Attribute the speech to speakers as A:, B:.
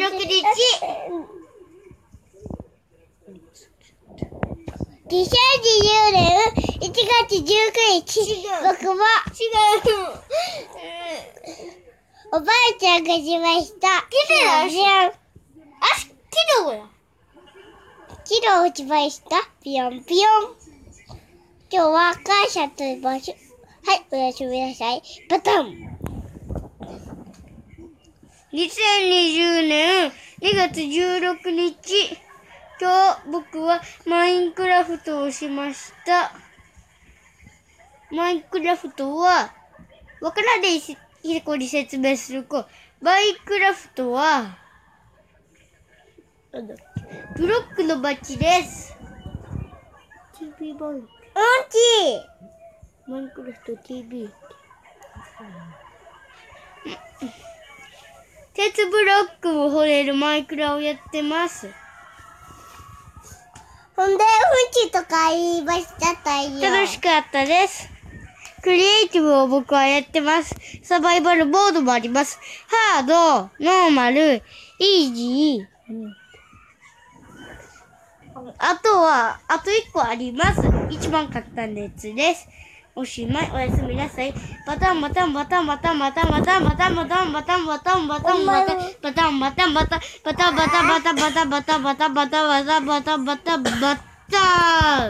A: 161。2020年1月19日、僕も、おばあちゃんがしました。
B: キ
A: ビヨン。
B: 아시 키려고요.
A: キロ落ちました。ビヨンビヨン。今日は感謝と言いましょう。はい、おやすみなさい。バタン。
B: 2020년 2月16日今日僕はマインクラフトをしましたマインクラフトはわからないひひこに説明するとマインクラフトはあのブロックの街です
A: うんち
B: マインクラフト TV 鉄ブロックを掘れるマイクラをやってます
A: ほんで、うんちとか言いました、太陽。
B: 楽しかったです。クリエイティブを僕はやってます。サバイバルボードもあります。ハード、ノーマル、イージー。あとは、あと1個あります。一番簡単なやつです。おしまい、おやすみなさい。バタンバタンバタンバタンバタンバタンバタンバタンバタンバタンバタンバタンバタンバタンバタンバタンバタンバタンバタンバタンバタンバタンバタンバタンバタンバタンバタン